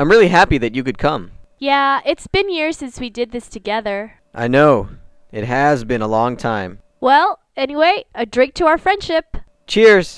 I'm really happy that you could come. Yeah, it's been years since we did this together. I know. It has been a long time. Well, anyway, a drink to our friendship. Cheers!